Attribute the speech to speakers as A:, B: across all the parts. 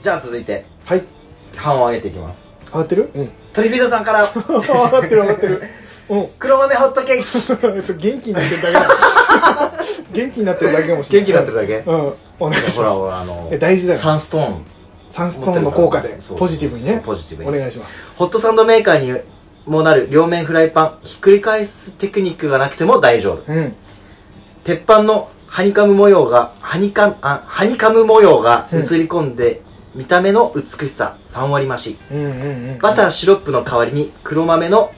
A: じゃあ続いて
B: はい
A: 半を上げていきます
B: 上がってるうん
A: トリフィードさんから
B: 上がってる上がっ てるうん
A: 黒豆ホットケーキ
B: それ元気になってるだけだ 元気になってるだけかもしれない
A: だけ
B: うんお願い し
A: ほ
B: ま
A: ら
B: す
A: ほらあの
B: え大事だよ
A: サンストーン
B: サンストーンの効果
A: 持って
B: で
A: るから
B: ポジティブに
A: そう
B: ね
A: ポジティブに
B: お願いします
A: ホットサンドメーカーにもなる両面フライパンひっくり返すテクニックがなくても大丈夫
B: うん
A: 鉄板のハニカム模様がハニカムあハニカム模様が映り込んで、見た目の美しさ3割増し
B: うんうんうん
A: バターシロップの代わりに黒豆の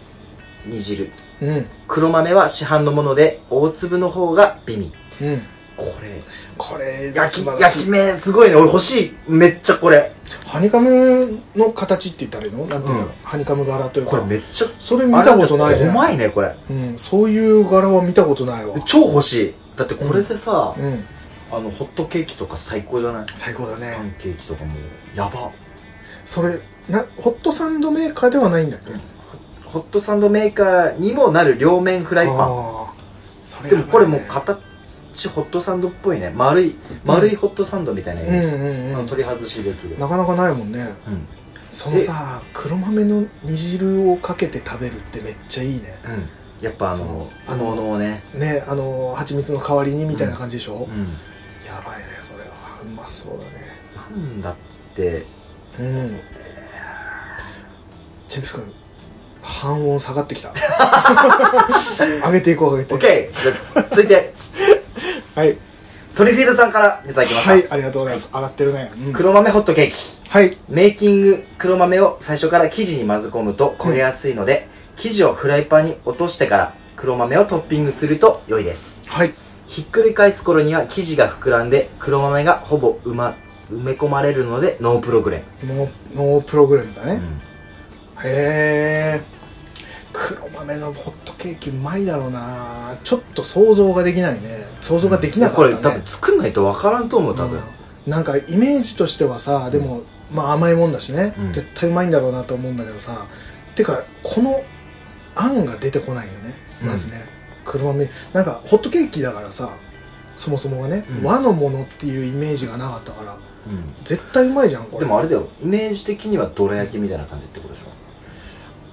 A: 煮汁
B: うん
A: 黒豆は市販のもので大粒の方が美味
B: うん
A: これ
B: これが
A: 焼
B: 素
A: き
B: 晴ら
A: 焼
B: し
A: き
B: い
A: 目すごいね俺欲しいめっちゃこれ
B: ハニカムの形って言ったらいいのなんていうの、
A: うん
B: ハニカム柄という
A: こ
B: か
A: れめっちゃ
B: それ見たことない
A: あれだってう
B: ね、
A: まいねこれ
B: うん、そういう柄は見たことないわ
A: 超欲しいだってこれでさ、
B: うん
A: あのホットケーキとか最高じゃない
B: 最高だ
A: パ
B: ね
A: ンケーキとかもやば
B: それなホットサンドメーカーではないんだっけ
A: ホットサンドメーカーにもなる両面フライパ
B: あーそ
A: ン
B: れ
A: でもこれもう
B: やばいね
A: 形ホットサンドっぽいね丸い丸いホットサンドみたいなイメージ、
B: うんうん
A: あ
B: う
A: の
B: ん
A: 取り外しできる
B: なかなかないもんね
A: うん、うん、
B: そのさ黒豆の煮汁をかけて食べるってめっちゃいいね
A: やっぱあ
B: そ
A: の
B: の
A: あののね、
B: ねあの蜂蜜の代わりにみたいな感じでしょ、
A: うん、
B: やばいねそれはうまそうだね
A: なんだって
B: うんチンプス君半音下がってきた 上げていこう上げて
A: OK じゃあ続いて
B: はい
A: トリフィードさんからいただきました、
B: はいありがとうございます上がってるね、うん
A: 黒豆ホットケーキ
B: はい
A: メイキング黒豆を最初から生地に混ぜ込むと焦げやすいので、生地をフライパンに落としてから黒豆をトッピングすると良いです
B: はい
A: ひっくり返す頃には生地が膨らんで黒豆がほぼ埋,、ま、埋め込まれるのでノープログレム、
B: ノーノープログラムだ
A: う
B: ね、
A: ん
B: へえ黒豆のホットケーキうまいだろうなちょっと想像ができないね想像ができなか
A: こ
B: っ
A: れ
B: たね、
A: 多分作んないと分からんと思う多分、
B: うんなんかイメージとしてはさでも、まあ甘いもんだしね、
A: うん
B: 絶対うまいんだろうなと思うんだけどさてかこの案が出てこないよね
A: うん
B: まずね、黒豆なんかホットケーキだからさそもそもがね、
A: うん
B: 和のものっていうイメージがなかったから
A: うん
B: 絶対うまいじゃんこれ
A: でもあれだよイメージ的にはどら焼きみたいな感じってことでしょ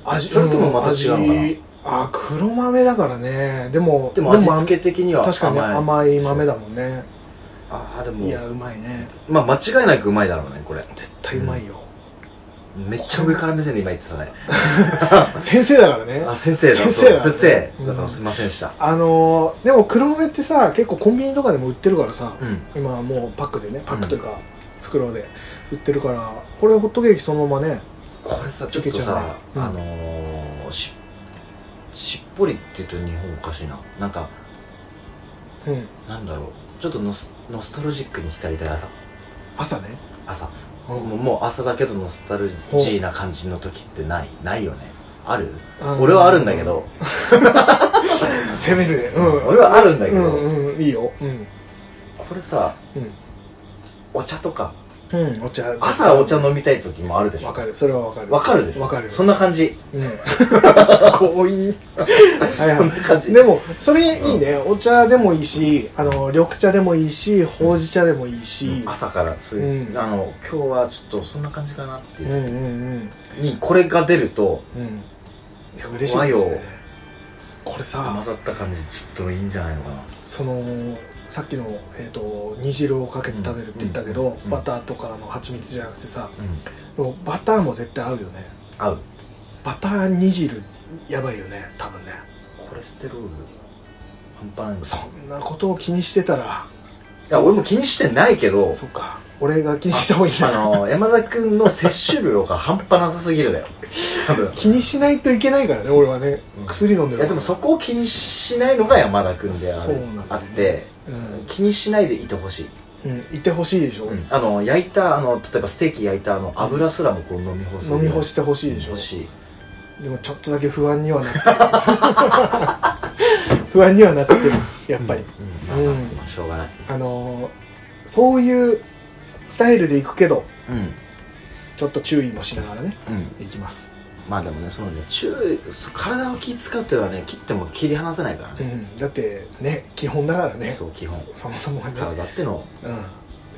B: 味
A: それともまた違うのかな
B: 味あ黒豆だからねでも
A: でも味付
B: け
A: け的には甘い
B: 確かにね甘い豆だもんね
A: ああでも
B: いやうまいね
A: まあ間違いなくうまいだろうねこれ
B: 絶対うまいよ、
A: めっちゃ上から目線で今言ってたね
B: 先生だからね
A: あ先生だ
B: 先生だ
A: そう先
B: う
A: 生
B: ん
A: だからすいませんでした
B: あのーでも黒豆ってさ結構コンビニとかでも売ってるからさ、
A: うん
B: 今はもうパックでねパックというか袋で売ってるからこれホットケーキそのままね
A: これさちょ
B: い
A: っと
B: けちゃう
A: さ、
B: ねうん
A: あのー、ししっぽりって言うと日本おかしいななんか
B: うん
A: なんだろうちょっとノスノスタルジックに浸りたい朝
B: 朝ね
A: 朝もうもう朝だけどノスタルジーな感じの時ってないないよねある
B: あー
A: 俺はあるんだけど、
B: 攻めるねうん
A: 俺はあるんだけど、
B: うんうんいいようん
A: これさお茶とか
B: うん、うん、お茶
A: 朝お茶飲みたい時もあるでし
B: わ
A: ょ
B: かるそれはわかる
A: わかるでしょ
B: わかるよ
A: そんな感じ
B: うん強引にはい
A: そんな感じ
B: でもそれいいね、お茶でもいいしあの緑茶でもいいしほうじ茶でもいいし、
A: 朝からそういう、
B: うん
A: あの今日はちょっとそんな感じかなって
B: う
A: い
B: ん、
A: う、
B: うんうん
A: にこれが出ると
B: うんいや嬉しいね
A: 和洋
B: これ
A: 混
B: さ
A: ざった感じちょっといいんじゃないのかな
B: そのさっきの、えー、と煮汁をかけて食べるって言ったけど、
A: うん
B: バターとかの蜂蜜じゃなくてさ
A: うん
B: でもバターも絶対合うよね
A: 合う
B: バター煮汁やばいよね多分ね
A: コレステロール半端ない
B: そんなことを気にしてたら
A: いや俺も気にしてないけど
B: そっか俺が気にした方がいい
A: あ
B: な
A: の山田君の摂取量が半端なさすぎるだよ多分
B: 気にしないといけないからね俺はね、
A: うん
B: 薬飲んで
A: い
B: る
A: やでもそこを気にしないのが山田君であ
B: そう
A: る
B: なん
A: あ
B: だよね
A: って
B: うん、
A: 気にしないでいてほしい、
B: うん、いてほしいでしょ、
A: あの焼いたあの例えばステーキ焼いたあの油すらもこう飲み干す
B: 飲み干してほしい
A: 飲
B: で
A: み
B: しょ
A: 干し
B: でもちょっとだけ不安にはなってる 不安にはなってるやっぱり、
A: うんまあまあまあしょうがない
B: あのーそういうスタイルで行くけど
A: うん
B: ちょっと注意もしながらね
A: うん
B: 行きます
A: まあでもねそのね注意そう体を気使うっていうのはね切っても切り離せないから
B: う
A: ね、
B: んだってね基本だからね
A: そう基本
B: そもそもがね
A: 体っての
B: うん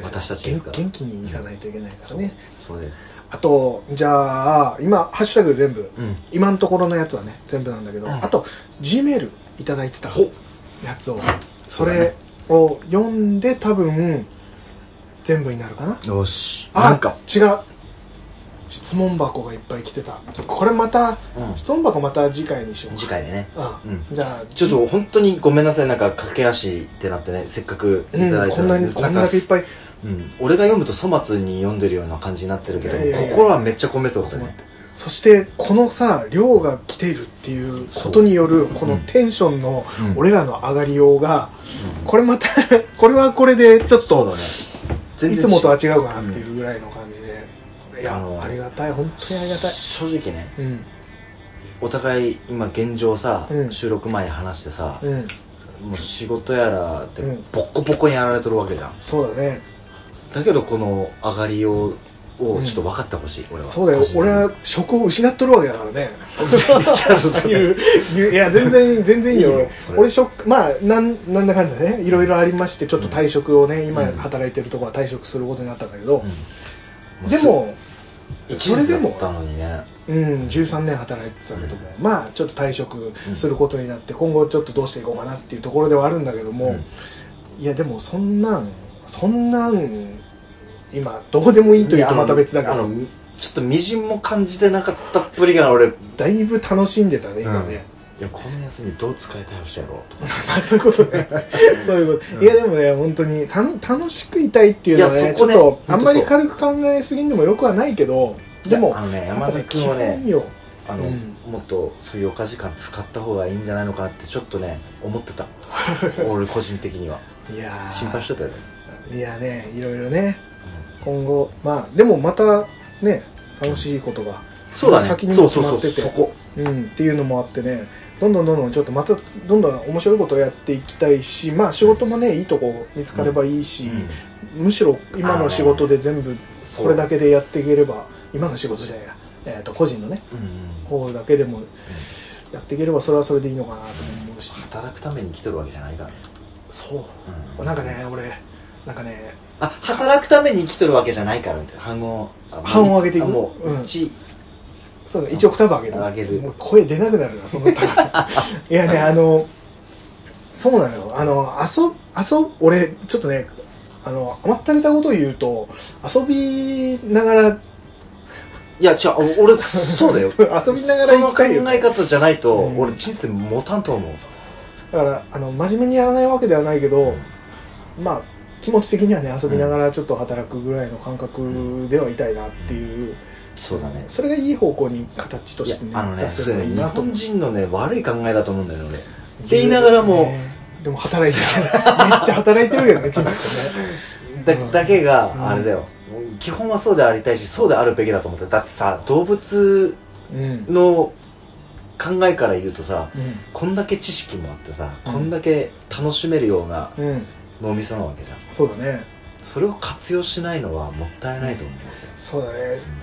A: 私たちです
B: 元
A: から
B: 元気にいかないといけないからね、
A: そうです
B: あとじゃあ今ハッシュタグ全部
A: うん
B: 今のところのやつはね全部なんだけど、
A: うん
B: あと G メールいただいてたやつを
A: そ
B: そ
A: うだ
B: れ
A: ね
B: を読んで多分全部になるかな
A: よし
B: あ
A: なんか
B: 違う質問箱がいっぱい来てたこれまた、
A: うん
B: 質問箱また次回にしようか
A: 次回でね
B: うんじゃあ
A: ちょっと本当にごめんなさいなんか駆け足ってなってねせっかくいただい
B: うん、
A: た
B: こんなにこんだけいっぱ
A: い、
B: い
A: うん、俺が読むと粗末に読んでるような感じになってるけど
B: いやいやいや
A: 心はめっちゃ込めとった
B: 困っ
A: ね
B: てそしてこのさ量が来ているっていうことによるこのテンションの
A: うん
B: 俺らの上がりようが
A: うん
B: これまたこれはこれでちょっ
A: そう
B: と
A: だね
B: いつもとは
A: 違
B: 違うかなっていうぐらいの感じでい
A: あ
B: や
A: の
B: ありがたい本当にありがたい
A: 正直ね
B: うん
A: お互い今現状さ、
B: うん
A: 収録前話してさ、
B: うん
A: もう仕事やらって
B: うん
A: ボッコボコにやられとるわけじゃん
B: そうだね
A: だけどこの上がりようをちょっと分かってほしい、俺は
B: そうだよ
A: 個人的
B: 俺
A: に
B: は職を失っとるわけだから ね
A: そうそう
B: い
A: そう
B: ういういや全然全然いい
A: いい
B: よ
A: よそれ
B: 俺職まあなんなんだかんだねいろいろありましてちょっと退職をね今
A: うん
B: 働いてるとこは退職することになったんだけど
A: うんう
B: でも
A: 一
B: それ
A: 時
B: で
A: だ
B: も
A: ったのにね
B: うん、13年働いてたけども、まあちょっと退職することになって、今後ちょっとどうしていこうかなっていうところではあるんだけども、いやでもそんなんそんなん今どうでもいいというとまた別だけ
A: あの
B: ど
A: ちょっとみじんも感じてなかったっぷりが俺い
B: だいぶ楽しんでたね今ね、
A: やこの休みどう使い倒してやろうとか
B: まあそういうこと ねそういうこと、いやでもね本当にたの楽しくいたいっていうのはね
A: いや
B: ち
A: そこ
B: ょっ
A: ね
B: と
A: 本当そう
B: あんまり軽く考えすぎんでもよくはないけどで
A: い
B: も
A: やあのね
B: やっぱ
A: 山
B: ね
A: 田君は
B: 基
A: ね
B: 本よ
A: あの、
B: うん
A: もっとそういうおか時間使った方がいいんじゃないのかなってちょっとね思って た俺個人的にはい
B: やー
A: 心配してたよね、
B: いやねいろいろね今後まあでもまたね楽しいことが、
A: そうだね
B: 先に
A: そ
B: も
A: う
B: 決
A: そう
B: ま
A: そ
B: っ
A: う
B: てて
A: そこ
B: うん、っていうのもあってねどんどんどんどんちょっとまたどんどん面白いことをやっていきたいしまあ仕事もねいいとこ見つかればいいし、むしろ今の仕事で全部これだけでやっていければ今の仕事じゃないや、えー、と個人のね
A: うんうん
B: 方だけでもやっていければそれはそれでいいのかなと思うし
A: 働くために生きとるわけじゃないからね、
B: そううなんかね俺なんかね
A: あ働くために生きとるわけじゃないからみたいな反応
B: 半音上げていく
A: あもう、
B: うん
A: うち
B: そう1オクターブ上げる
A: 上げる
B: もう声出なくなるなその 高さいやねあのそうなのよあの遊遊俺ちょっとねあの甘ったれたことを言うと遊びながら
A: いや違う俺そうだよ
B: 遊びながら生きたいよ
A: その考え方じゃないと、
B: うん
A: 俺人生持たんと思う
B: だからあの真面目にやらないわけではないけどまあ気持ち的にはね遊びながらちょっと働くぐらいの感覚ではいたいなっていう、
A: そうだね
B: それがいい方向に形と
A: いや
B: してね
A: あのね
B: 出せ
A: そ
B: れば
A: れ
B: いい
A: ね日
B: なと思
A: 本
B: う
A: 人のね悪い考えだと思うんだよね俺って言いながらも、
B: ねでも働いてるめっちゃ働いてるけどねチンス君ね
A: だ
B: うん
A: だけ
B: うん
A: があれだよ、基本はそうでありたいしそうであるべきだと思ってだってさ動物
B: うん
A: の考えから言うとさ
B: う
A: こんだけ知識もあってさ、
B: うん、
A: こんだけ楽しめるようなん
B: うん、
A: 脳みそなわけじゃん
B: そうだね
A: それを活用しないのはもったいないと思うんだよね
B: そうだね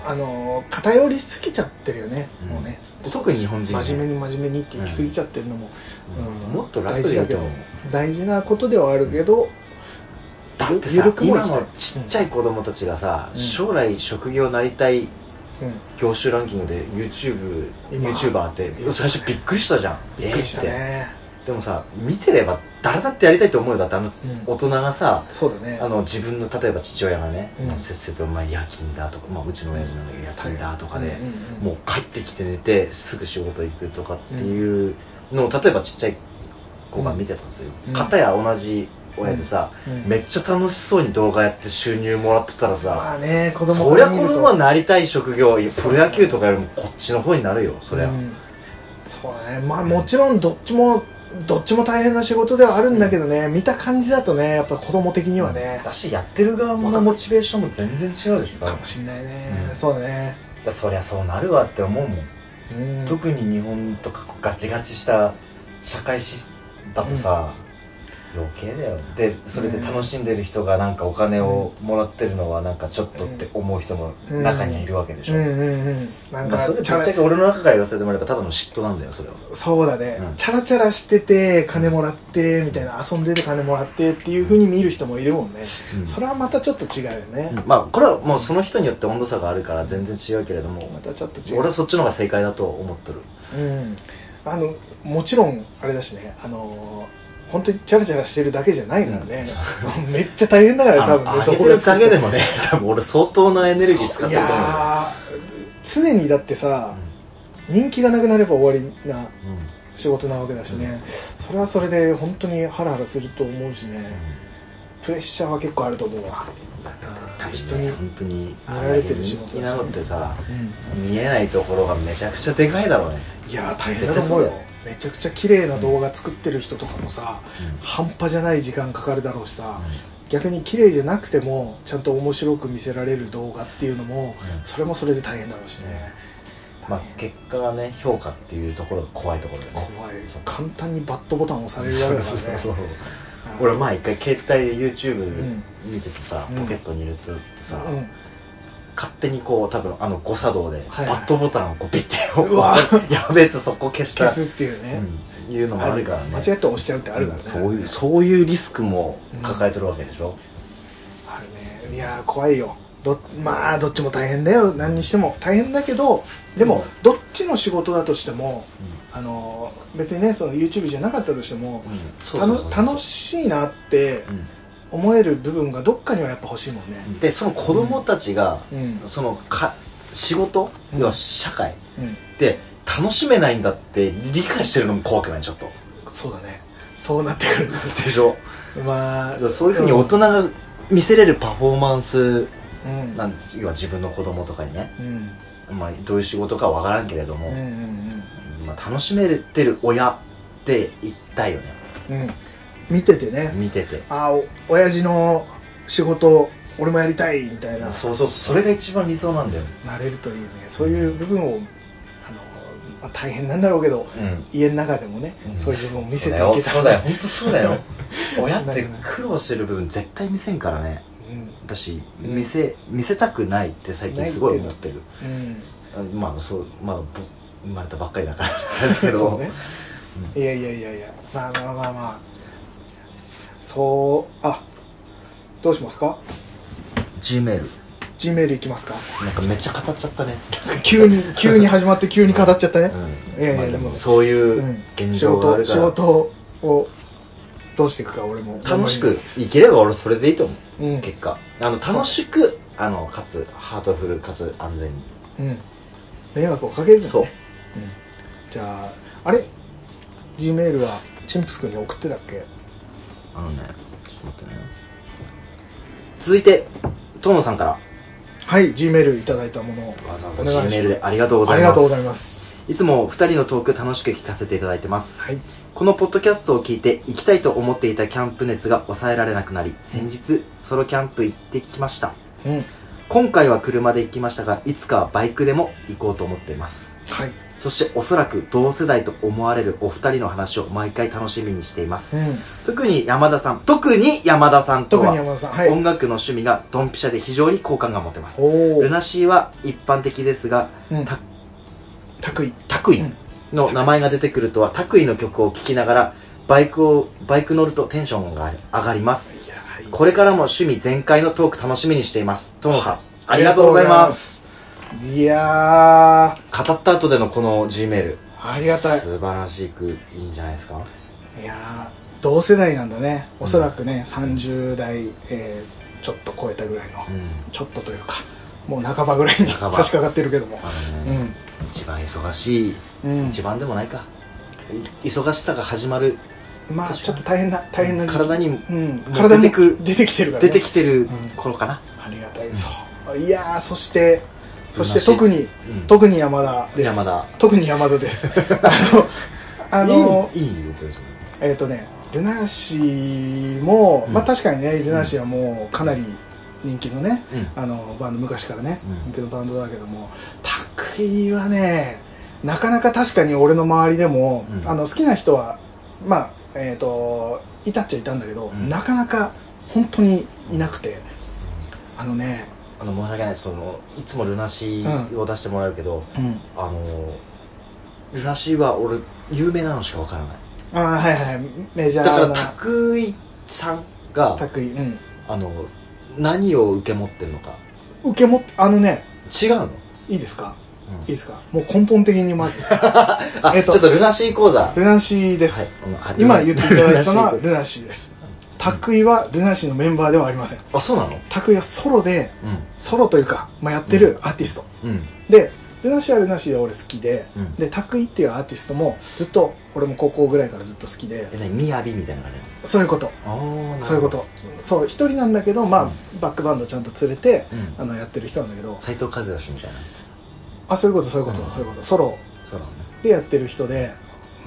B: あのー偏りすぎちゃってるよね、
A: うん
B: もうね
A: 特に日本人ね
B: 真面目に真面目にって行き過ぎちゃってるのも、うん
A: もっと楽でいいと思う
B: 大事なことではあるけど、
A: だって
B: ゆる
A: さ
B: くも
A: 今
B: 生きたい
A: のちっちゃい子供たちがさ、
B: うん
A: 将来職業なりたい
B: うん、
A: 業種ランキングで YouTube
B: 今
A: YouTuber って最初びっくりしたじゃん
B: びっくりした
A: えーっ
B: ね、
A: てでもさ見てれば誰だってやりたいと思うよだってあの
B: うん
A: 大人がさ
B: そうだね
A: あの自分の例えば父親がね、
B: うん
A: もうせっせとお前夜勤だとか、まあ、うちの親父なんだけど夜勤だとかで、
B: うんうんうん
A: もう帰ってきて寝てすぐ仕事行くとかっていうのを例えばちっちゃい子が見てたんですよ、
B: うん
A: 片や同じ親でさ、
B: うん
A: めっちゃ楽しそうに動画やって収入もらってたら
B: まあ
A: さ、
B: ね子供
A: そり
B: から
A: ゃ子
B: 見ると
A: 供はなりたい職業いや
B: そ
A: プ
B: う
A: ロ野球とかよりもこっちの方になるよそりゃ、
B: うんそうだねまあもちろんどっちもどっちも大変な仕事ではあるんだけどね、見た感じだとねやっぱ子供的にはね、
A: だしやってる側のモチベーションも全然違うでしょだ
B: か
A: か
B: もしんないね、
A: うん
B: そうだね
A: らそりゃそうなるわって思うもん、
B: うん
A: 特に日本とかガチガチした社会史だとさ、余計だよでそれで楽しんでる人がなんかお金をもらってるのはなんかちょっとって思う人も中にはいるわけでしょ、
B: うんうんうん
A: ま
B: なん
A: あ
B: か
A: それぶっ
B: チ
A: ちゃ
B: ャラ
A: け俺の中から言わせてもらえばただの嫉妬なんだよそれは
B: そうだね、
A: うん
B: チャラチャラしてて金もらってみたいな遊んでて金もらってっていう風に見る人もいるもんね、
A: うん
B: それはまたちょっと違うよね、
A: まあこれはもうその人によって温度差があるから全然違うけれども
B: またちょっと違う
A: 俺はそっちの方が正解だと思ってる
B: うん、あのもちろんあれだしねあのー本当にチャラチャラしてるだけじゃないからね、めっちゃ大変だから多分
A: あ
B: ね
A: げてるだけでもね多分俺相当なエネルギー使って
B: い
A: ると思うよ
B: やー常にだってさ、人気がなくなれば終わりな
A: うんうん
B: 仕事なわけだしね、それはそれで本当にハラハラすると思うしねプレッシャーは結構あると思うわ、
A: だって
B: あー
A: 人に本当に
B: 見られてる仕事
A: 人気
B: だ
A: な
B: しね
A: のってさ見えないところがめちゃくちゃでかいだろうね
B: いやー大変だと
A: 絶対そ
B: 思う
A: う
B: よ
A: だよ
B: めちゃくちゃ綺麗な動画作ってる人とかもさ、
A: うん
B: 半端じゃない時間かかるだろうしさ、逆に綺麗じゃなくてもちゃんと面白く見せられる動画っていうのも、
A: うん
B: それもそれで大変だろうしね、
A: まあ
B: 大変
A: 結果がね評価っていうところが怖いところだよね
B: 怖い簡単にバットボタンを押される
A: そ
B: わけ
A: う
B: だか
A: そう
B: らね
A: そう
B: うん
A: 俺前一回携帯で YouTube で
B: うん
A: 見ててさ、
B: うん
A: ポケットに入れてってさ、
B: うん
A: 勝手にこう多分あの誤作動で
B: は
A: バ
B: いはい
A: ットボタンをこうピッて
B: うわ
A: やべえやつそこ消した
B: 消すっていうね、
A: うん、いうのもあるからね
B: 間違って押しちゃうってあるからね、
A: うんそういうそういうリスクも抱えてるわけでしょ、
B: あるねいやー怖いよどまあどっちも大変だよ何にしても大変だけどでも、どっちの仕事だとしてもあのー別にねその YouTube じゃなかったとしても
A: うんそう
B: た
A: そう
B: の
A: そう
B: 楽しいなって
A: うん
B: 思える部分がどっかにはやっぱ欲しいもんね
A: でその子供たちが、
B: うん、
A: そのか仕事、
B: うん
A: 要は社会
B: うん
A: で楽しめないんだって理解してるのも怖くないちょっと
B: そうだねそうなってく
A: でしょ
B: るまあ
A: そういうふうに大人が見せれるパフォーマンス
B: うん
A: なんです要は自分の子供とかにね、
B: うん
A: まあ、どういう仕事かわからんけれども、
B: うんうん
A: まあ、楽しめてる親って言ったいよね
B: うんうん見ててね
A: 見てて
B: ああお親父の仕事俺もやりたいみたいな
A: そうそうそれが一番理想なんだよ、
B: なれるというねそういう部分をあの、まあ、大変なんだろうけど家の中でもね、そういう部分を見せていけたら
A: そうだよそうだよ本当そうだよ 親って
B: なんか
A: 苦労してる部分絶対見せんからね
B: うん
A: 私見せ見せたくないって最近すごい思ってる
B: うん
A: あまあそうまあぼ生まれたばっかりだからだけ
B: そ
A: ど
B: うね、いやいやいやいやまあまあまあまあそうあどうしますか
A: G メール
B: G メールいきますか
A: なんかめっちゃ語っちゃったね、
B: 急 に急に始まって急に語っちゃったね、いやいや
A: まあで
B: で
A: も
B: も
A: そういううん現
B: 仕
A: 状があ
B: 事
A: るか
B: 仕
A: ら、
B: 事をどうしていくか俺も
A: 楽しくいければ俺それでいいと思
B: う、
A: うん結果あの楽しくあのかつハートフルかつ安全に
B: うん、迷惑をかけずにね
A: そう
B: じゃああれ G メールはチンプス君に送ってたっけ
A: あのねちょっと待ってね続いて遠野さんから
B: はい G メールいただいたものを
A: わざわざ
B: お
A: G
B: 願い
A: メ
B: し
A: ール
B: ま
A: ですありがとうござ
B: あ
A: い
B: り
A: ます
B: がとうございます
A: いつもお二人のトーク楽しく聞かせていただいてます
B: はい
A: このポッドキャストを聞いて行きたいと思っていたキャンプ熱が抑えられなくなり先日ソロキャンプ行ってきました
B: うんはい
A: 今回は車で行きましたがいつかはバイクでも行こうと思っていますそしておそらく同世代と思われるお二人の話を毎回楽しみにしています、
B: うん
A: 特に山田さん特に山田さんと
B: 特に
A: は
B: 山田さんはい
A: 音楽の趣味がドンピシャで非常に好感が持てます
B: おお
A: ルナシーは一般的ですが
B: うん
A: た
B: 拓意
A: 拓衣の名前が出てくるとは拓衣の曲を聴きながらバイクをバイク乗るとテンションが上がります
B: いやーいい
A: これからも趣味全開のトーク楽しみにしていますトノさんありがとうございます
B: ありがとうございますいやー
A: 語った後でのこの G メール
B: ありがたい
A: 素晴らしくいいんじゃないですか
B: いやー同世代なんだねおそらくね、30代、えーちょっと超えたぐらいの、
A: うん
B: ちょっとというかもう半ばぐらいに差
A: 半ば
B: し掛かってるけども
A: あの
B: う
A: ね、
B: ん
A: 一番忙しい、
B: うん
A: 一番でもないかい忙しさが始まる
B: まあ
A: 確かに
B: ちょっと大変な大変な時期
A: 体にも
B: うん
A: もう
B: 体に
A: 出てくる
B: 出てきてるから、ね、
A: 出てきてる頃かな、
B: ありがたいそういやーそしてそして
A: ど
B: 特
A: んな
B: に、
A: うん
B: 特に山田です
A: 山田
B: 特に山田です あのあの
A: いいいいよ別に
B: えっ、とねルナシーも、
A: うん
B: まあ確かにねルナシーはもうかなり人気のね、
A: うん
B: あのバンド昔からね、
A: うん
B: 人気のバンドだけどもタクイはねなかなか確かに俺の周りでも、
A: うん
B: あの好きな人はまあえっ、といたっちゃいたんだけど、
A: うん
B: なかなか本当にいなくてあのね、
A: あの申し訳ないですそのいつもルナシーを出してもらうけど、
B: うん、
A: あのルナシーは俺有名なのしかわからない
B: ああはいはいメジャ
A: だから
B: ーな
A: 拓井さんが
B: 拓井うん
A: あの何を受け持ってるのか
B: 受け持ってあのね
A: 違うの、うん
B: いいですかいいですかもう根本的にま ず
A: あ、
B: えっと
A: ちょっとルナシー講座
B: ルナシーです、
A: はいうん
B: 今言っていただいたのは
A: ルナシー講
B: ルナシーです拓井はルナシーのメンバーではありません
A: 座あそうなの
B: 拓井はソロで
A: う
B: ソロというか、まあ、やってるアーティスト、
A: んうん
B: でルナシーはルナシーで俺好きで、
A: うん
B: で拓井っていうアーティストもずっと俺も高校ぐらいからずっと好きで
A: え何みやびみたいな感じ
B: そういうこと
A: ああなるほど
B: そういうことそう一人なんだけど、まあ
A: うん
B: バックバンドちゃんと連れて
A: うん
B: あのやってる人なんだけど
A: 斎藤和義みたいな
B: あそういうことそういうこと、
A: うん
B: そういうことソロ
A: そうなのね
B: でやってる人で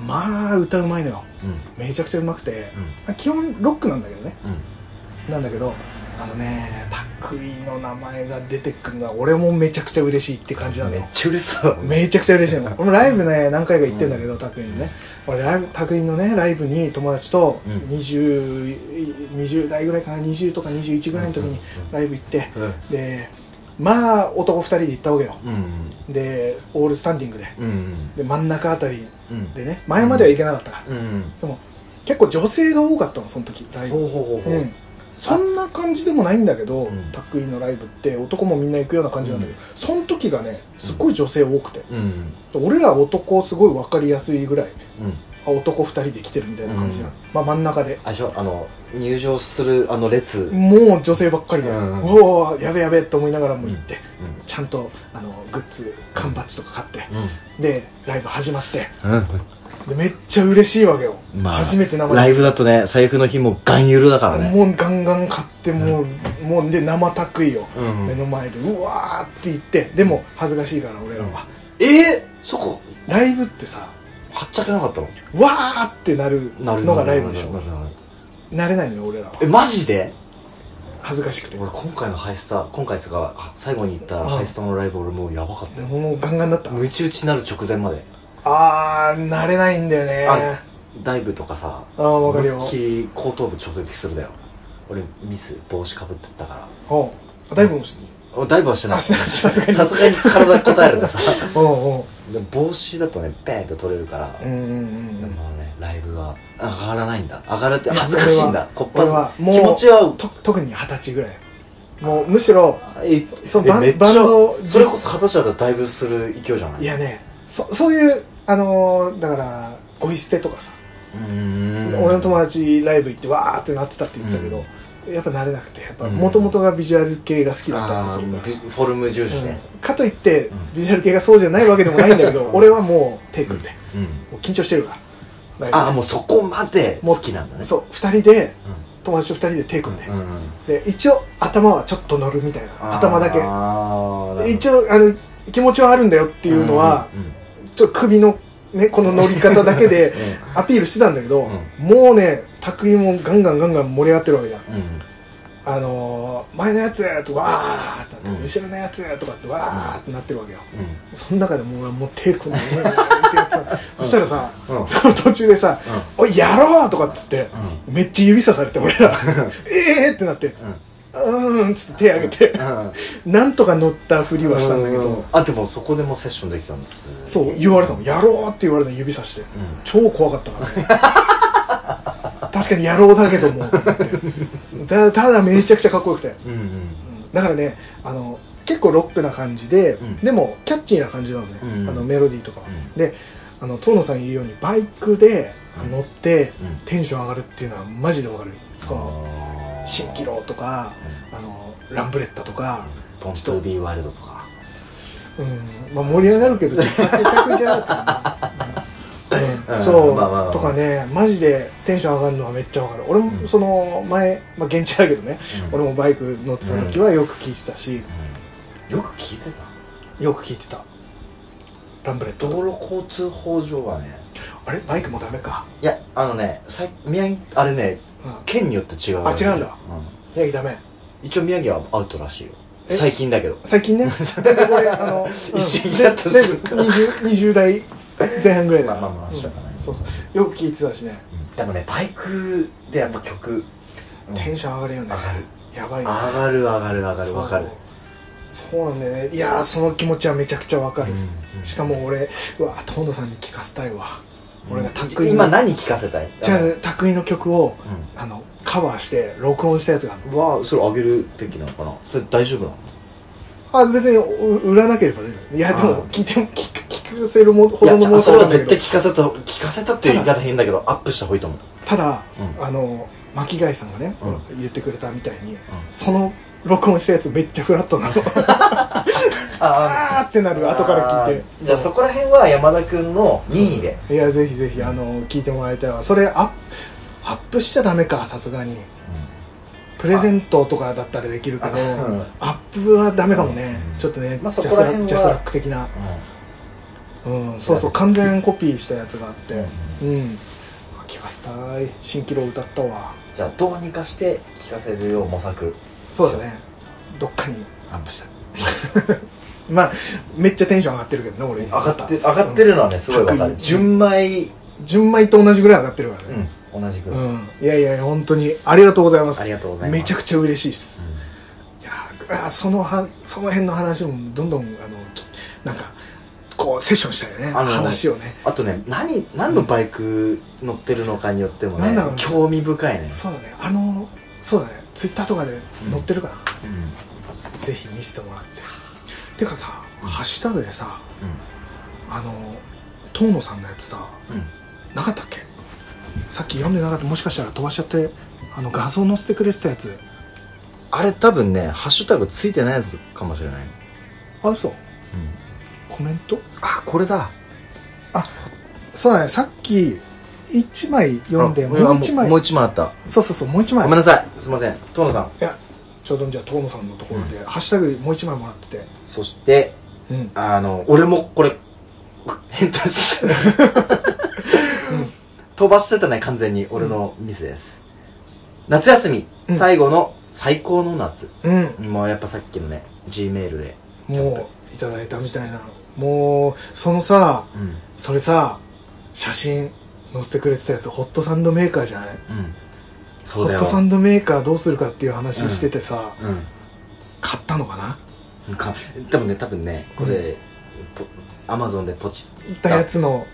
B: まあ歌うまいのよ
A: うん
B: めちゃくちゃうまくて
A: うん
B: 基本ロックなんだけどね
A: うん
B: なんだけどあのねタクイの名前が出てくるのは俺もめちゃくちゃ嬉しいって感じなの
A: めっ
B: よ
A: ちゃ嬉しそうだね
B: めちゃくちゃ嬉しいの俺もライブね何回か行ってんだけど、タクイのね俺ライブタクイのねライブに友達と
A: うん
B: 20,、20代ぐらいかな20とか21ぐらいの時にライブ行って
A: うん
B: でまあ男2人で行ったわけよ
A: うん
B: でオールスタンディングで
A: うん
B: で真ん中あたり
A: うん
B: でね前までは行けなかったから、
A: うん
B: でも結構女性が多かったのその時ライブ
A: ほうほうほうほう
B: うん、そんな感じでもないんだけど、
A: うん
B: タックインのライブって男もみんな行くような感じなんだけど、その時がねすっごい女性多くて、
A: うん
B: 俺ら男すごい分かりやすいぐらい
A: うん
B: あ男2人で来てるみたいな感じな、
A: うん
B: まあ真ん中で
A: あれでしょあの入場するあの列うん
B: もう女性ばっかりで、う
A: うん
B: おーやべやべと思いながらも行って、ちゃんとあのグッズ缶バッジとか買ってでライブ始まってでめっちゃ嬉しいわけよ、
A: まあ
B: 初めて生で
A: ライブだとね財布の日もガンゆるだからね
B: もうガンガン買ってもう,、もうで生たくいを
A: うん
B: 目の前でうわーって言ってでも恥ずかしいから俺らは、
A: えーそこ
B: ライブってさ
A: はっちゃけなかったの
B: わーってなる
A: なる
B: のがライブでしょ
A: なるなるなる
B: 慣れないのよ俺らは
A: えマジで
B: 恥ずかしくても
A: 俺今回のハイスタ今回っつうかあ最後に行ったハイスタのライブ俺もうやばかったよ
B: うガンガンだった
A: ムチ打ちになる直前まで
B: あー慣れないんだよね
A: あるダイブとかさ
B: あーわかるよ
A: 思いっきり後頭部直撃するだよ俺ミス帽子かぶってったから
B: おうあだいぶもし
A: おダイブはしてない
B: あしないさすがに
A: さすがに体に応えるとさ
B: おうお
A: でも帽子だとねペンと取れるから、
B: ううんうんうんう
A: で
B: ん
A: もねライブは上がらないんだ上がるって
B: いや
A: 恥ずかしいんだこっぱ
B: 俺は
A: ず気
B: もう
A: 持ちは
B: と特に二十歳ぐらいもうむしろ
A: え
B: その
A: え
B: バン
A: めっちゃ
B: バンド
A: それこそ二十歳だったらダイブする勢いじゃない
B: いやねそそういうあのーだからゴイ捨てとかさ
A: うーん
B: 俺の友達ライブ行ってわーってなってたって言ってたけど、やっぱ慣れなくてやっぱ元々がビジュアル系が好きだったんですよ、
A: あーフォルム重視
B: うん
A: ね
B: かといって
A: うん
B: ビジュアル系がそうじゃないわけでもないんだけ ど俺はもう手組んで
A: うん、
B: もう緊張してるからライブ
A: ああもうそこまで好きなんだね
B: そう2人で
A: う
B: 友達と2人で手組んで、
A: ん、うんうん、
B: で一応頭はちょっと乗るみたいな頭だけ
A: け
B: 一応あの気持ちはあるんだよっていうのは、
A: うんうんうん
B: ちょっと首のねこの乗り方だけ でアピールしてたんだけど、
A: う
B: もうね卓井もガンガンガンガン盛り上がってるわけじゃん
A: うん
B: あのー前のやつとわーってなって、
A: うん
B: 後ろのやつとかってわーってなってるわけよ、
A: うん
B: その中でもう俺はもう手組んでうわーってやってたそしたらさ、
A: うん
B: その途中でさ「おいやろう!」とかっつって、めっちゃ指さされて俺らええってなって「うーん」っつって手挙げて、なんとか乗ったふりはしたんだけど、
A: あでもそこでもうセッションできたんです
B: そう言われたもん「やろう!」って言われたの指さして、超怖かったから、ね、確かに野郎だけど もってだただめちゃくちゃかっこよくて、うん
A: うんうん
B: だからねあの結構ロックな感じで、
A: うん
B: でもキャッチーな感じなのね、
A: うん
B: あのメロディーとかは、
A: うん
B: であの遠野さん言うようにバイクで
A: うん
B: 乗って、
A: うん
B: テンション上がるっていうのはマジでわかるその
A: の
B: 蜃気楼とかあのランブレッタとか、
A: ポントゥービーワイルドとか
B: うんまあ、盛り上がるけど実際下手じゃんうん
A: うん
B: そう、
A: まあまあまあ
B: とかねマジでテンション上がるのはめっちゃわかる俺
A: う
B: も
A: ん
B: その前、まあ、現地だけどね、
A: うん
B: 俺もバイク乗ってた時はよく聞いてたし、
A: よく聞いてた
B: よく聞いてたランブレット
A: 道路交通法上はね
B: あれバイクもダメか
A: いやあのねさい宮城あれね
B: うん
A: 県によって違う
B: あ違うんだ宮城ダメ
A: 一応宮城はアウトらしいよ
B: え
A: 最近だけど
B: 最 近ね俺あの
A: 一瞬イラッと
B: 全
A: して
B: 部 20, 20代前半ぐらいだ
A: まあまあまあ
B: うん
A: しょうがない
B: そうそうよく聞いてたしね
A: でもねバイクでやっぱ曲、うん
B: テンション上がるよね
A: 上がる
B: やばいね
A: 上がる上がる上がるわかる
B: そうそうなんだよねいやーその気持ちはめちゃくちゃわかる、
A: うんうん
B: しかも俺うわー遠野さんに聞かせたいわ俺がタックイン
A: 今何聴かせたい
B: じゃあ拓井の曲をあのカバーして録音したやつがある
A: うんはそれ上げるべきなのかなそれ大丈夫なの
B: あ別にう売らなければ大丈夫いやで
A: あ
B: も聞いても聞く聞かせるもほ
A: いや
B: どの
A: じ
B: も
A: ゃあ
B: の
A: そ
B: と
A: れ
B: は
A: は
B: 思うんだ
A: 絶
B: け
A: 対
B: ど
A: 聞かせた聞かせたっていう言い方変だけどアップした方がいいと思う
B: ただ、
A: うん
B: あの巻貝さんがね、
A: う
B: 言ってくれたみたいに、その録音したやつめっちゃフラットな の
A: あ
B: あーってなる後から聞いて
A: じゃあそこら辺は山田君の任意で
B: いやぜひぜひあの聞いてもらいたいわそれアップアップしちゃダメかさすがにプレゼントとかだったらできるけど
A: うん
B: アップはダメかもね、
A: うん
B: ちょっとね、
A: まあ
B: ジャ
A: そこ
B: ス
A: ら
B: ラ
A: 辺は
B: ジャスラック的な、うん、そうそう完全コピーしたやつがあってうん聞かせたい蜃気楼歌ったわ
A: じゃあどうにかして聞かせるよう模索
B: そうだねどっかにアップした まあめっちゃテンション上がってるけどね俺
A: 上がって上がってるのはねすごいわかる
B: うん
A: 純米
B: 純米と同じぐらい上がってるからね
A: うん同じく
B: う
A: らい
B: ん、いやいや本当にありがとうございます
A: ありがとうございます
B: めちゃくちゃ嬉しいです、いやーあーそのはその辺の話もどんどんあのきなんかこうセッションしたいね
A: あの
B: 話をね
A: あとね何何のバイク乗ってるのかによっても
B: なん
A: ね
B: だろうね
A: 興味深いね
B: そうだねあのそうだねツイッターとかで載ってるかな、ぜひ見せてもらっててかさ、ハッシュタグでさあの遠野さんのやつさ
A: うんうん
B: なかったっけさっき読んでなかったもしかしたら飛ばしちゃってあの画像載せてくれてたやつ
A: あれ多分ねハッシュタグついてないやつかもしれない
B: あ嘘コメント
A: あこれだ
B: そうだねさっき1枚読んで
A: あ
B: もう1枚
A: もう一枚あった
B: そうそうそうもう1枚
A: ごめんなさいすいません遠野さん
B: いやちょうどじゃあ遠野さんのところで、ハッシュタグもう1枚もらってて
A: そして
B: うん
A: あの俺もこれ返答 して飛ばしてたね完全に俺のミスです、夏休み
B: うん
A: 最後の最高の夏、
B: うん
A: もうやっぱさっきのね G メールで
B: もういただいたみたいなもうそのさ
A: うんうん
B: それさ写真載せてくれてたやつホットサンドメーカーじゃない
A: そ
B: ホ
A: うだ
B: ッ
A: よ
B: トサンドメーカーどうするかっていう話しててさ、買ったのかな
A: うんか多分ね多分ねこれ、アマゾンでポチ
B: 買ったやつの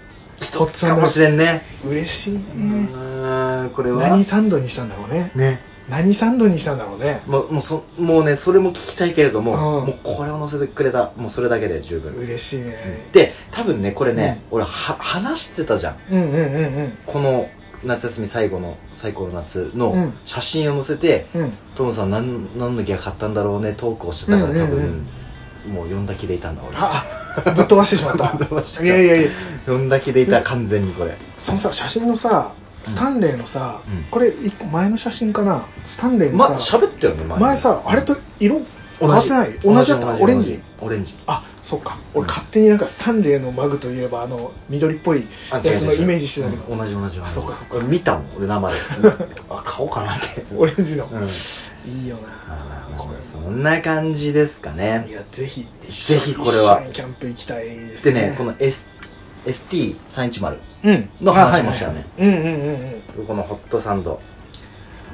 A: 一つかもしれんね、
B: 嬉しいね、
A: うーんこれは
B: 何サンドにしたんだろうね
A: ね
B: 何サンドにしたんだろうね
A: もうもうそもうねそれも聞きたいけれども、
B: うん
A: もうこれを載せてくれたもうそれだけで十分
B: 嬉しいね、
A: で多分ねこれね、俺は話してたじゃん
B: うん、うんうんうん
A: この夏休み最後の最高の夏
B: う
A: の
B: ん
A: 写真を載せて
B: うん
A: 「トムさん何何のギア買ったんだろうね」トークをしてたから多分、
B: うんうん
A: もう読んだ気でいたんだ俺
B: ああぶっ飛ばしてしまっ
A: ぶっ飛ばしたた
B: いやいやいや
A: 読んだ気でいた完全にこれ
B: そのさ写真のさスタンレーのさ、
A: うん
B: これ一個前の写真かなスタンレー
A: ま
B: のさ、
A: 喋ったよね前
B: 前さあれと色
A: 同
B: 変
A: じ
B: わってない同じだった
A: 同
B: オレンジ
A: 同じオレンジ
B: あそっか俺勝手になんかスタンレーのマグといえばあの緑っぽい
A: あ
B: やつの
A: 違う違う
B: イメージしてたけど、
A: うん同じ同じ同じ
B: あそうかそうか
A: 俺見たもん俺 生であ買おうかなって
B: オレンジの、
A: うん
B: いいよ
A: あー
B: なこ
A: そんな感じですかね
B: れいやぜひ
A: ぜひこれは
B: 一緒にキャンプ行きたいです
A: で
B: ね
A: ね、この、S、ST310
B: うん、
A: の話もしたよね
B: はいはいはいうんうんうんうん
A: このホットサンド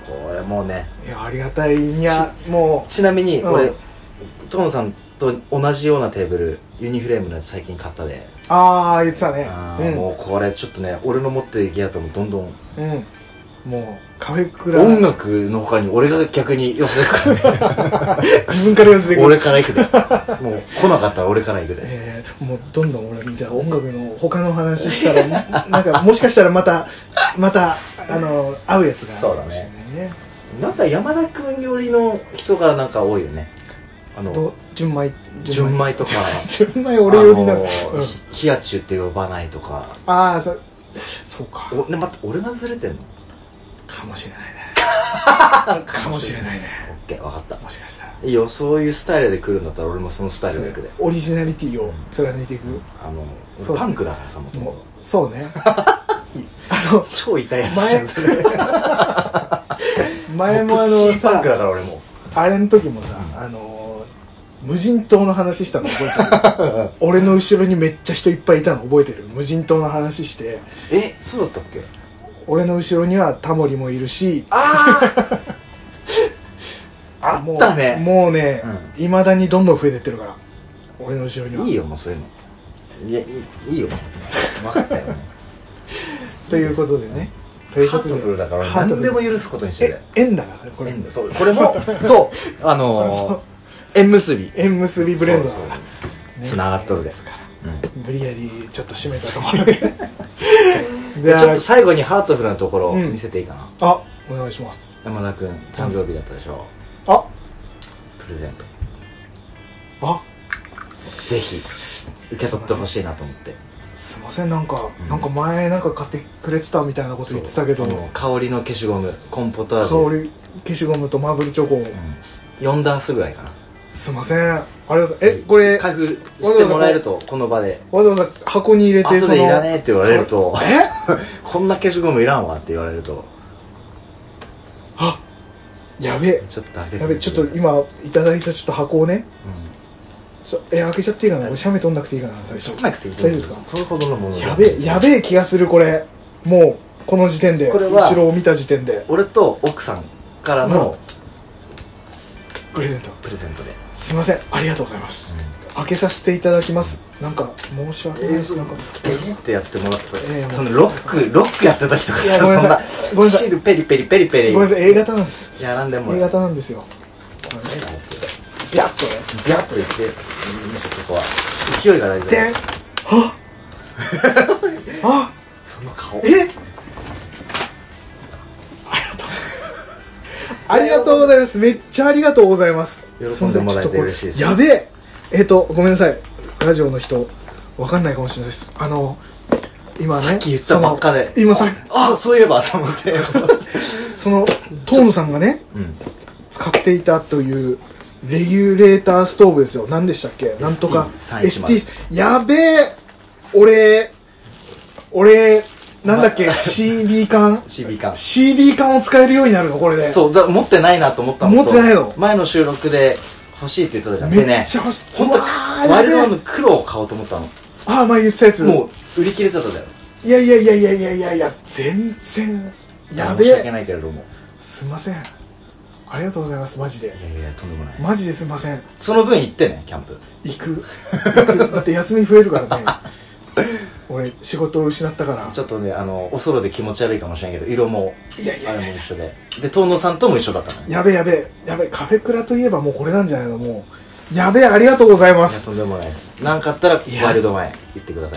A: これもうね
B: いやありがたいいやも
A: ちなみに
B: うん
A: 俺、トムさんと同じようなテーブルユニフレームのやつ最近買ったで、
B: うああ言ってたね
A: あーもうこれちょっとね俺の持ってるギアともどんどん
B: うん、うん、もうカフェクラ
A: 音楽の他に俺が逆に寄せてくから ね
B: 自分から寄せてくる
A: 俺から行くでもう来なかったら俺から行くで
B: えー、もうどんどん俺じゃあ音楽の他の話したらもなんかもしかしたらまたまたあの合うやつがあるかもしれないね
A: なんか山田君寄りの人がなんか多いよねあの
B: と純米
A: 純米とか
B: 純米俺よりな
A: あ
B: の、
A: の
B: うん
A: ひヒヤチュって呼ばないとか
B: ああそそうか
A: おね待って俺がずれてんの
B: かもしれない ねかもしれないね
A: オッケー分かった
B: もしかしたら
A: いいよそういうスタイルで来るんだったら俺もそのスタイルで行くで
B: オリジナリティを貫いていく、
A: あの
B: そ
A: 俺
B: う
A: パンクだからさもとも
B: も
A: と
B: うそう ねあの
A: 超痛いやつじゃん
B: 前
A: それ
B: 前もあ
A: もう
B: の
A: プッシーパン
B: さ
A: クだから俺も
B: あれの時もさ、あのー無人島の話したの覚 えてる俺の後ろにめっちゃ人いっぱいいたの覚えてる無人島の話して
A: えそうだったっけ
B: 俺の後ろにはタモリもいるし
A: あああ
B: もう
A: ったね
B: もうねいま、未だにどんどん増えてってるから俺の後ろに はい
A: いよもうそういうのいやいいいいよ分か ったよも
B: ということでねという
A: うハ
B: こ
A: ー
B: と
A: トフル
B: で
A: だから
B: ハー
A: 何
B: トフル
A: でも許すことにしてる
B: え縁だからねこれ
A: 縁そうこれもそうあ のー、縁結び
B: 縁結びブレンドだ
A: そうそ
B: から
A: う
B: ね
A: つながっとるで
B: ですから
A: うん
B: 無理やりちょっと締めたと ころで
A: で
B: で
A: ちょっと最後にハートフルなところを
B: うん
A: 見せていいかな、
B: あお願いします
A: 山田君誕生日だったでしょ
B: あ
A: プレゼント
B: あ
A: ぜひ受け取ってほしいなと思って
B: すいませんなんか、
A: うん
B: なんか前なんか買ってくれてたみたいなこと言ってたけど
A: あの香りの消しゴムコンポタージュ
B: 香り消しゴムとマーブルチョコ、
A: うん、4ダースぐらいかな
B: すいませんありがとうえこれ
A: 開封してもらえるとこの場で
B: わざわざ箱に入れて
A: 後
B: その
A: でいらねえって言われると
B: え
A: こんな消しゴムいらんわって言われると
B: あやべえ
A: ちょっと開けて
B: やべえちょっと今いただいたちょっと箱をねちょえ開けちゃっていいかな俺写メ取んなくていいかな最初
A: 取らなくていい
B: 大丈夫ですか
A: それほどのもの
B: やべえやべえ気がするこれもうこの時点で
A: これは
B: 後ろを見た時点で
A: 俺と奥さんから
B: うん
A: の
B: プレゼント
A: プレゼントで、
B: すいませんありがとうございます、開けさせていただきますなんか申し訳ないですなんか
A: ペリってやってもらった、
B: ええ
A: そのロックロックやってた人が
B: いやごめんなさい
A: そ
B: ごめんなさい
A: シールペリペリペリペリ
B: ごめんなさい A 型なんです
A: いやなんでも
B: A 型なんですよこれねビャッとね
A: ビャッといってなんかそこは勢いが大事
B: で
A: だよ
B: はあ
A: その顔
B: えありがとうございますありがとうございますめっちゃありがとうございます
A: 喜んでもらえて嬉しいです
B: すいませんちょっとこれやべええっとごめんなさいラジオの人わかんないかもしれないですあの今ね
A: さっき言ったばっかで
B: その今さ
A: あそういえばと思 って
B: そのトーンさんがね
A: うん
B: 使っていたというレギュレーターストーブですよ何でしたっけなんとか
A: ST310
B: ST やべえ俺俺なんだっけ CB 缶
A: CB 缶
B: CB 缶を使えるようになるのこれで
A: そうだ持ってないなと思ったのと
B: 持ってないの
A: 前の収録で欲しいって言ってたじゃん
B: め
A: で
B: っ
A: ね
B: ちゃ欲しい
A: 本
B: うわー
A: 当ワイルド
B: や
A: ワ
B: べ
A: ン
B: え
A: の黒を買おうと思ったの
B: ああ前言ってたやつ
A: もう売り切れてただよ
B: いやいやいやいやいやいやいや全然やべ
A: 申し訳
B: え
A: ないけれども
B: すいませんありがとうございますマジで
A: いやいやとんでもない
B: マジですいません
A: その分行ってねキャンプ
B: 行く行くだって休み増えるからね 俺仕事を失ったから
A: ちょっとねあのおそろで気持ち悪いかもしれないけど色も
B: いやい
A: あ
B: やい
A: れ
B: や
A: も一緒でで遠野さんとも一緒だったのね
B: やべえやべえやべえカフェクラといえばもうこれなんじゃないのもうやべえありがとうございま
A: いやと
B: す
A: んでもないです何かあったら
B: いや
A: ワイルド前言ってくださ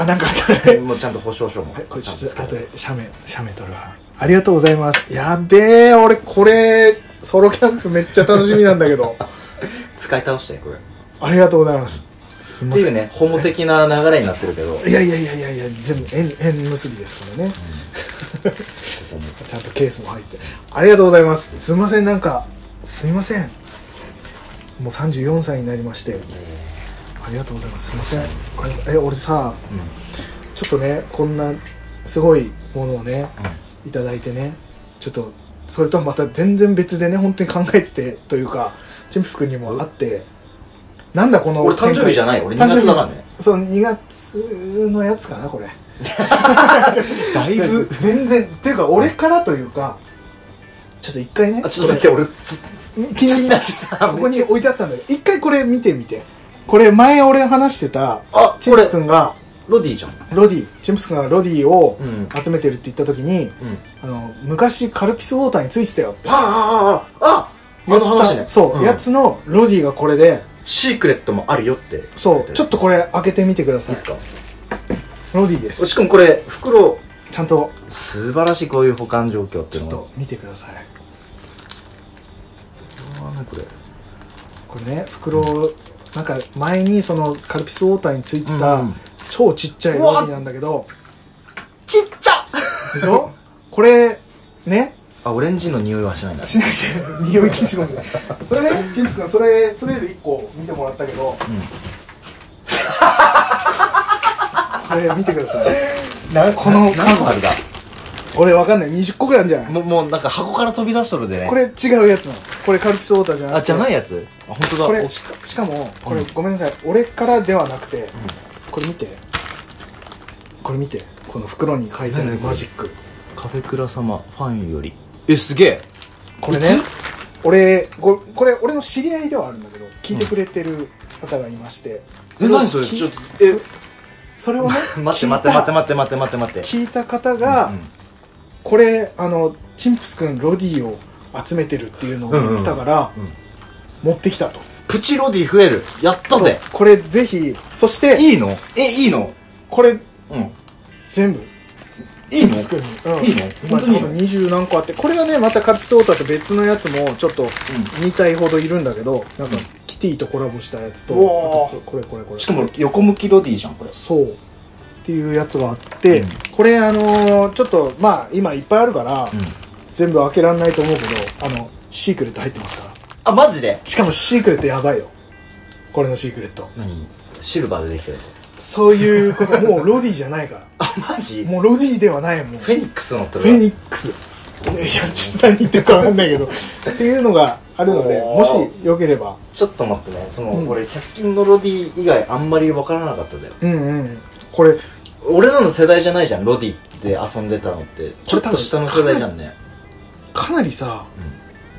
B: あなんかあった
A: い
B: ね
A: もうちゃんと保証書も
B: はいこれちょっと
A: あ
B: 後で写メ写メ撮るわありがとうございますやべえ俺これソロキャンプめっちゃ楽しみなんだけど
A: 使い倒してこれっ
B: ありがとうございますすいま
A: てい
B: せ
A: うんねホモ的な流れになってるけど
B: いやいやいやいやいや全部縁縁結びですからねちゃんとケースも入って。ありがとうございます。すいません、なんか、すいません。もう34歳になりまして、ありがとうございます。すいません。ありがとうえ、俺さ、ちょっとね、こんなすごいものをね、いただいてね、ちょっと、それとはまた全然別でね、本当に考えてて、というか、チンプス君にも会って、なんだこの
A: 俺誕生日じゃない俺2月だからね。
B: そう、2月のやつかな、これ。
A: だいぶ
B: 全然、っていうか、俺からというか、ちょっと一回ね、
A: あちょっと待って俺ず
B: 気になってた ここに置いてあったんだよ一回これ見てみてこれ前俺が話してた
A: あ
B: チ
A: こ
B: ンプ
A: れ
B: ス君が
A: ロディじゃんう
B: ロディチンプス君がロディを
A: ん
B: 集めてるって言った時
A: う
B: に、
A: ん
B: あの昔カルピスウォーターについてたよって
A: ああああああの話ね
B: そう、
A: ん
B: やつのロディがこれで
A: シークレットもあるよって
B: そうちょっとこれ開けてみてくだ
A: いい
B: さ
A: っ
B: い
A: すか
B: ロディです
A: しかもこれ袋
B: ちゃんと
A: 素晴らしいこういう保管状況って
B: ち
A: いう
B: ょっ
A: の
B: と見てください
A: はあーこれ
B: これね袋なんか前にそのカルピスウォーターについてた、
A: うん
B: 超ちっちゃいロディなんだけど
A: ちっちゃ
B: でしょこれね
A: あオレンジの匂いはしないな
B: しないしない匂い消しゴムでそれねジムス君それとりあえず1個見てもらったけど、 これ見てください
A: な
B: この
A: 何個あるだ
B: 俺わかんない20個ぐらいあるんじゃない
A: もうもうなんか箱から飛び出しとるでね
B: これ違うやつなのこれカルピスウォーターじゃなくて
A: あじゃないやつあ本当だ
B: こ
A: お
B: れしかしかもこれ
A: うん
B: ごめんなさい俺からではなくて、これ見てこれ見てこの袋に書いてあ
A: 何
B: る
A: これ
B: マジック
A: カフェクラ様ファンよりえすげえ
B: これね俺ここれ俺の知り合いではあるんだけど聞いてくれてる方がいまして、
A: え何それ
B: き
A: ちょっとえ
B: それをね
A: 待って
B: 聞い
A: 待ったて待って待って待って待って待って
B: 聞いた方が、これあのチンプス君ロディを集めてるっていうのを言ってたから、
A: うんうんうん
B: 持ってきたと
A: プチロディ増えるやったぜ
B: これぜひそして
A: いいのえいいの
B: これ
A: うん
B: 全部
A: いいの
B: チンプス君に、うん、
A: いいの
B: 今
A: 本
B: 多
A: 当にいい
B: 分
A: の
B: 20何個あってこれがねまたカルピスウォーターと別のやつもちょっと2体ほどいるんだけどなんか
A: うん
B: キティとコラボしたやつとあ
A: うわー
B: とこれこれこれ
A: しかも横向きロディじゃんこれ
B: そうっていうやつがあって、
A: うん
B: これあのーちょっとまあ今いっぱいあるから、全部開けられないと思うけどあのシークレット入ってますから
A: あマジで
B: しかもシークレットやばいよこれのシークレット
A: 何シルバーでできてる
B: そういうこともうロディじゃないから
A: あマジ
B: もうロディではないもんフ
A: フェニックス乗ってる
B: ェニックスいやちょっと何言ってるか分かんないけどっていうのがあるので
A: おー
B: もしよければ
A: ちょっと待ってねその、
B: うん
A: 俺100均のロディ以外あんまりわからなかったで
B: うんうんこれ
A: 俺らの世代じゃないじゃんロディで遊んでたのってちょっと下の世代じゃん ね
B: かなりさ、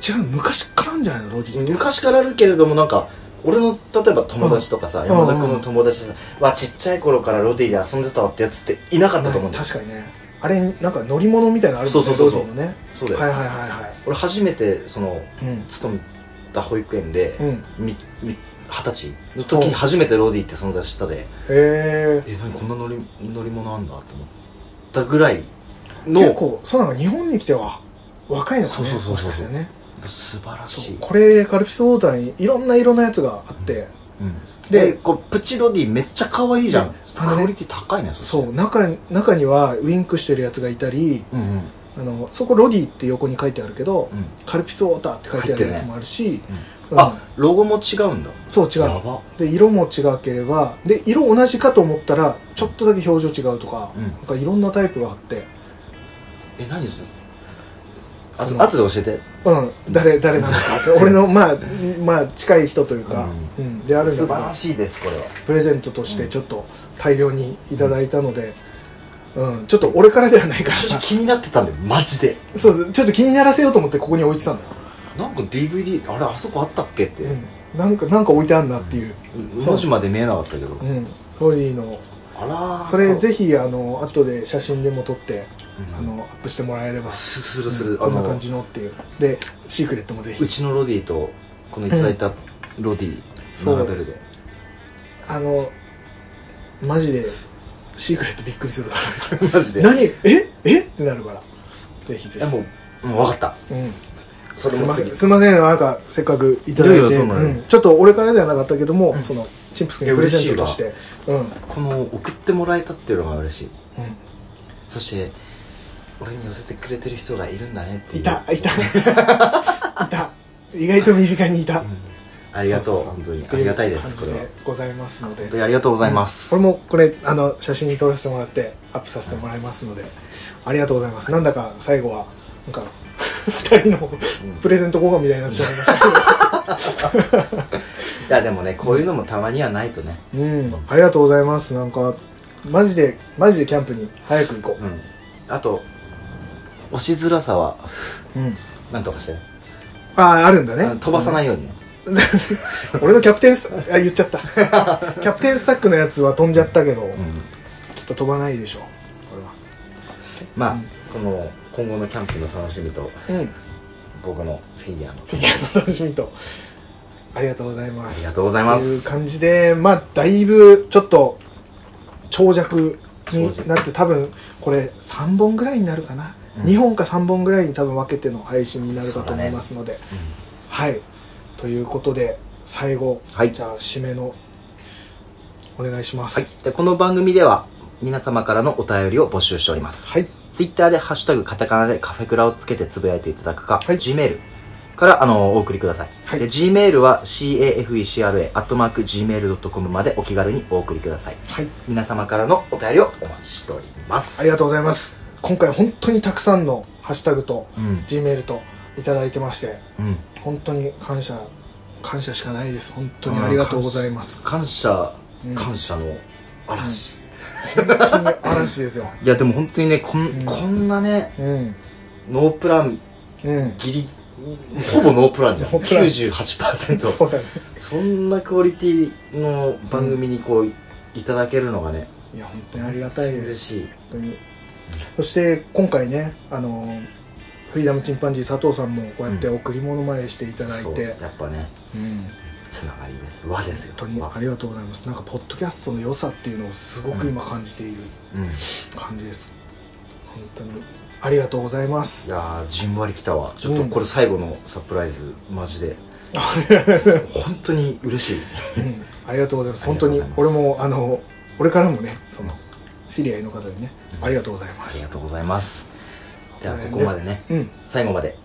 B: 違う昔からあるんじゃないのロディって
A: 昔からあるけれどもなんか俺の例えば友達とかさ、
B: ん
A: 山田君の友達でさ、わちっちゃい頃からロディで遊んでたわってやつっていなかったと思うんだよ
B: 確かにねあれなんか乗り物みたいなのあるもんね
A: そうそうそうそう
B: ロディのね
A: そうだよ、
B: はいはいは
A: 俺初めてその
B: いはい
A: 勤めた保育園で
B: うんうんへ
A: みみ二十、歳の時に初めてロディって存在したで
B: え
A: え何こんな乗り乗り物あんだって思ったぐらい
B: 結
A: の
B: 構そうなんか日本に来ては若いのかね
A: そうそうそうそう
B: もしかしてね
A: 素晴ら
B: そ
A: し
B: う
A: い
B: これカルピスウォーターにいろんな色のやつがあって、
A: で
B: で
A: こうプチロディめっちゃ可愛いじゃん、
B: ねあのね
A: クオリティ高いねそ
B: そう中中にはウインクしてるやつがいたり
A: う、うんうん
B: あのそこロディって横に書いてあるけど、
A: うん、
B: カルピスウォーターって書いてあるやつもあるし、うん
A: あロゴも違うんだ
B: そう違う
A: や
B: の
A: ば
B: で色も違ければで色同じかと思ったらちょっとだけ表情違うとか、
A: うん
B: なんかいろんなタイプがあって
A: え何それあ
B: そ
A: と
B: の
A: あとで教え
B: うん誰誰なのか って俺のまあまあ近い人というか、うんであ
A: て
B: るんだ
A: 素
B: けど
A: 晴らしいですこれは
B: プレゼントとしてちょっと大量にいただいたので、うん、ちょっと俺からではないから
A: ちょっ
B: さ
A: と気になってたんでマジで
B: そうそうちょっと気にならせようと思ってここに置いてたんだよ、
A: なんか DVD あれあそこあったっけって、
B: うん、なんかなんか置いてあんなっていう、そう
A: 文字まで見えなかったけど、
B: うん、ロディの
A: あらー
B: それぜひあの後で写真でも撮って
A: うん
B: あのアップしてもらえれば、
A: すするす
B: うん
A: る、あ
B: こん
A: の
B: な感じのっていうでシークレットもぜひ
A: うちのロディとこのいただいたロディ
B: そう
A: 並べるで
B: あのマジでシークレットびっくりするか ら
A: マジで
B: 何ええってなるからぜひぜ
A: え
B: ひ、
A: もうもう分かった
B: うん
A: それ
B: すい
A: も
B: ませ
A: 次
B: んすいませんなんかせっかくいただい
A: い
B: て
A: やいやとんでもない
B: うんちょっと俺からではなかったけども、
A: うん
B: そのチンプス君にプレゼントとしてうん、うん、
A: この送ってもらえたっていうのが嬉しいそして俺に寄せてくれてる人がいるんだねっていう
B: いたいた いた意外と身近にいた、
A: うんありがとう
B: そそそ
A: 本当に
B: って
A: あ
B: い
A: りがたいで
B: 感
A: すこ
B: じ
A: れは
B: でございますので
A: 本当にありがとうございます、
B: うん俺もこれあの写真に撮らせてもらってアップさせてもらいますので、ありがとうございますなんだか最後はなんか 二人のプレゼント交換みたいになっちゃいましたけど
A: いやでもねこういうのもたまにはないとね
B: うんありがとうございますなんかマジでマジでキャンプに早く行こ
A: うんあと押しづらさは
B: う、うん、
A: なんとかしてね
B: あああるんだね
A: あの飛ばさないいようにね
B: 俺のキャプテンスあ言っ ちゃったキャプテンスタックのやつは飛んじゃったけど、
A: うん
B: きっと飛ばないでしょうこ
A: まあ
B: うん
A: この今後のキャンプの楽しみと
B: れはうん
A: 僕のフィギュアの
B: フィギュアの楽しみとありがとうございま
A: あ
B: す
A: りがとうございま
B: という
A: す
B: 感じでまあだいぶちょっと長尺になって多分これ3本ぐらいになるかな、
A: うん
B: 2本か3本ぐらいに多分分けての配信になるかと思いますので、
A: うん
B: はいということで最後、
A: はい
B: じゃあ締めのお願いしま
A: はい
B: す、
A: でこの番組では皆様からのお便りを募集しております
B: はい
A: ツイッターでハッシュタグカタカナでカフェクラをつけてつぶやいていただくか、
B: はい
A: Gmail からあのお送りください、
B: はい
A: で Gmail は cafecra.gmail.com までお気軽にお送りください
B: はい
A: 皆様からのお便りをお待ちしております
B: ありがとうございます今回本当にたくさんのハッシュタグと
A: うん
B: G メールといただいてまして
A: うん
B: 本当に感謝感謝しかないです本当にありがとうございます
A: 感謝
B: うん
A: 感謝の嵐、
B: 本当に話ですよ
A: いやでも本当にねこん,、
B: ん
A: こんなね
B: うん
A: ノープラン
B: うん
A: ギリほぼノープランじゃん
B: ノープラン
A: 98%
B: そうだね
A: そんなクオリティの番組にこう、いただけるのがね
B: いや本当にありがたいで
A: 嬉
B: す
A: しい
B: 本当にそして今回ねあのフリーダムチンパンジー佐藤さんもこうやって贈り物までしていただい
A: そう
B: て、
A: やっぱね
B: うん、
A: つながりです和ですよ
B: 本当にあ
A: 和
B: りがとうございますなんかポッドキャストの良さっていうのをすごく今感じている
A: うんい
B: 感じです本当にありがとうございます
A: やーじんわりきたわちょっとこれ最後のサプライズマジ で本当に嬉しい
B: うんありがとうございます本当に
A: ありがと
B: 俺もあの俺からもねその知り合いの方にねありがとうございま
A: ありが
B: す
A: とうございますじゃあ
B: という
A: こ
B: こと
A: こ
B: で
A: までね
B: うん
A: 最後まで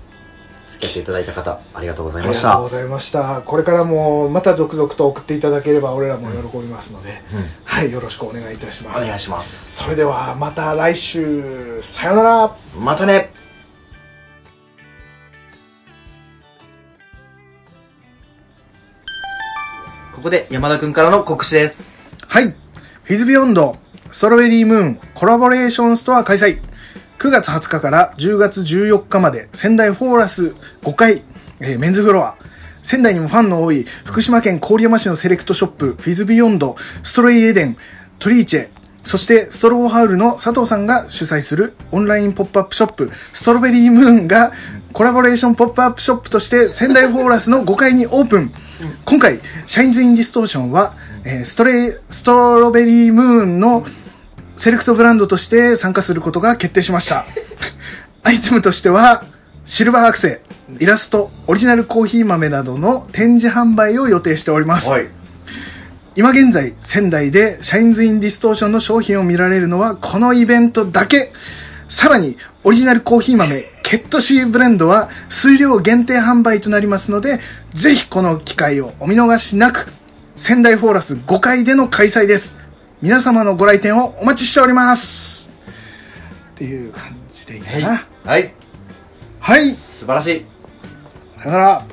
A: 付き合っていただいた方ありがとうござ
B: あ
A: い
B: り
A: まし
B: がと
A: た
B: うございましたこれからもまた続々と送っていただければ俺らも喜びますので、
A: うん
B: はいよろしくお願いいたしま
A: お
B: す
A: 願いします
B: それではまた来週さよなら
A: またねここで山田くんからの告知です
B: はい。フィズビヨンド、ストロベリームーンコラボレーションストア開催。9月20日から10月14日まで仙台フォーラス5階、えーメンズフロア。仙台にもファンの多い福島県郡山市のセレクトショップ、フィズビヨンド、ストロイエデン、トリーチェ、そしてストローハウルの佐藤さんが主催するオンラインポップアップショップ、ストロベリームーンがコラボレーションポップアップショップとして仙台フォーラスの5階にオープン。今回、シャインズ・イン・ディストーションは、えーストレイ、ストロベリームーンのセレクトブランドとして参加することが決定しました。アイテムとしては、シルバーアクセ、イラスト、オリジナルコーヒー豆などの展示販売を予定しております。今現在、仙台でシャインズ・イン・ディストーションの商品を見られるのはこのイベントだけ。さらに、オリジナルコーヒー豆、ケットシーブレンドは数量限定販売となりますので、ぜひこの機会をお見逃しなく、仙台フォーラス5回での開催です。皆様のご来店をお待ちしております。っていう感じでいいかな。
A: はい
B: はい、
A: 素晴らしい
B: さよなら。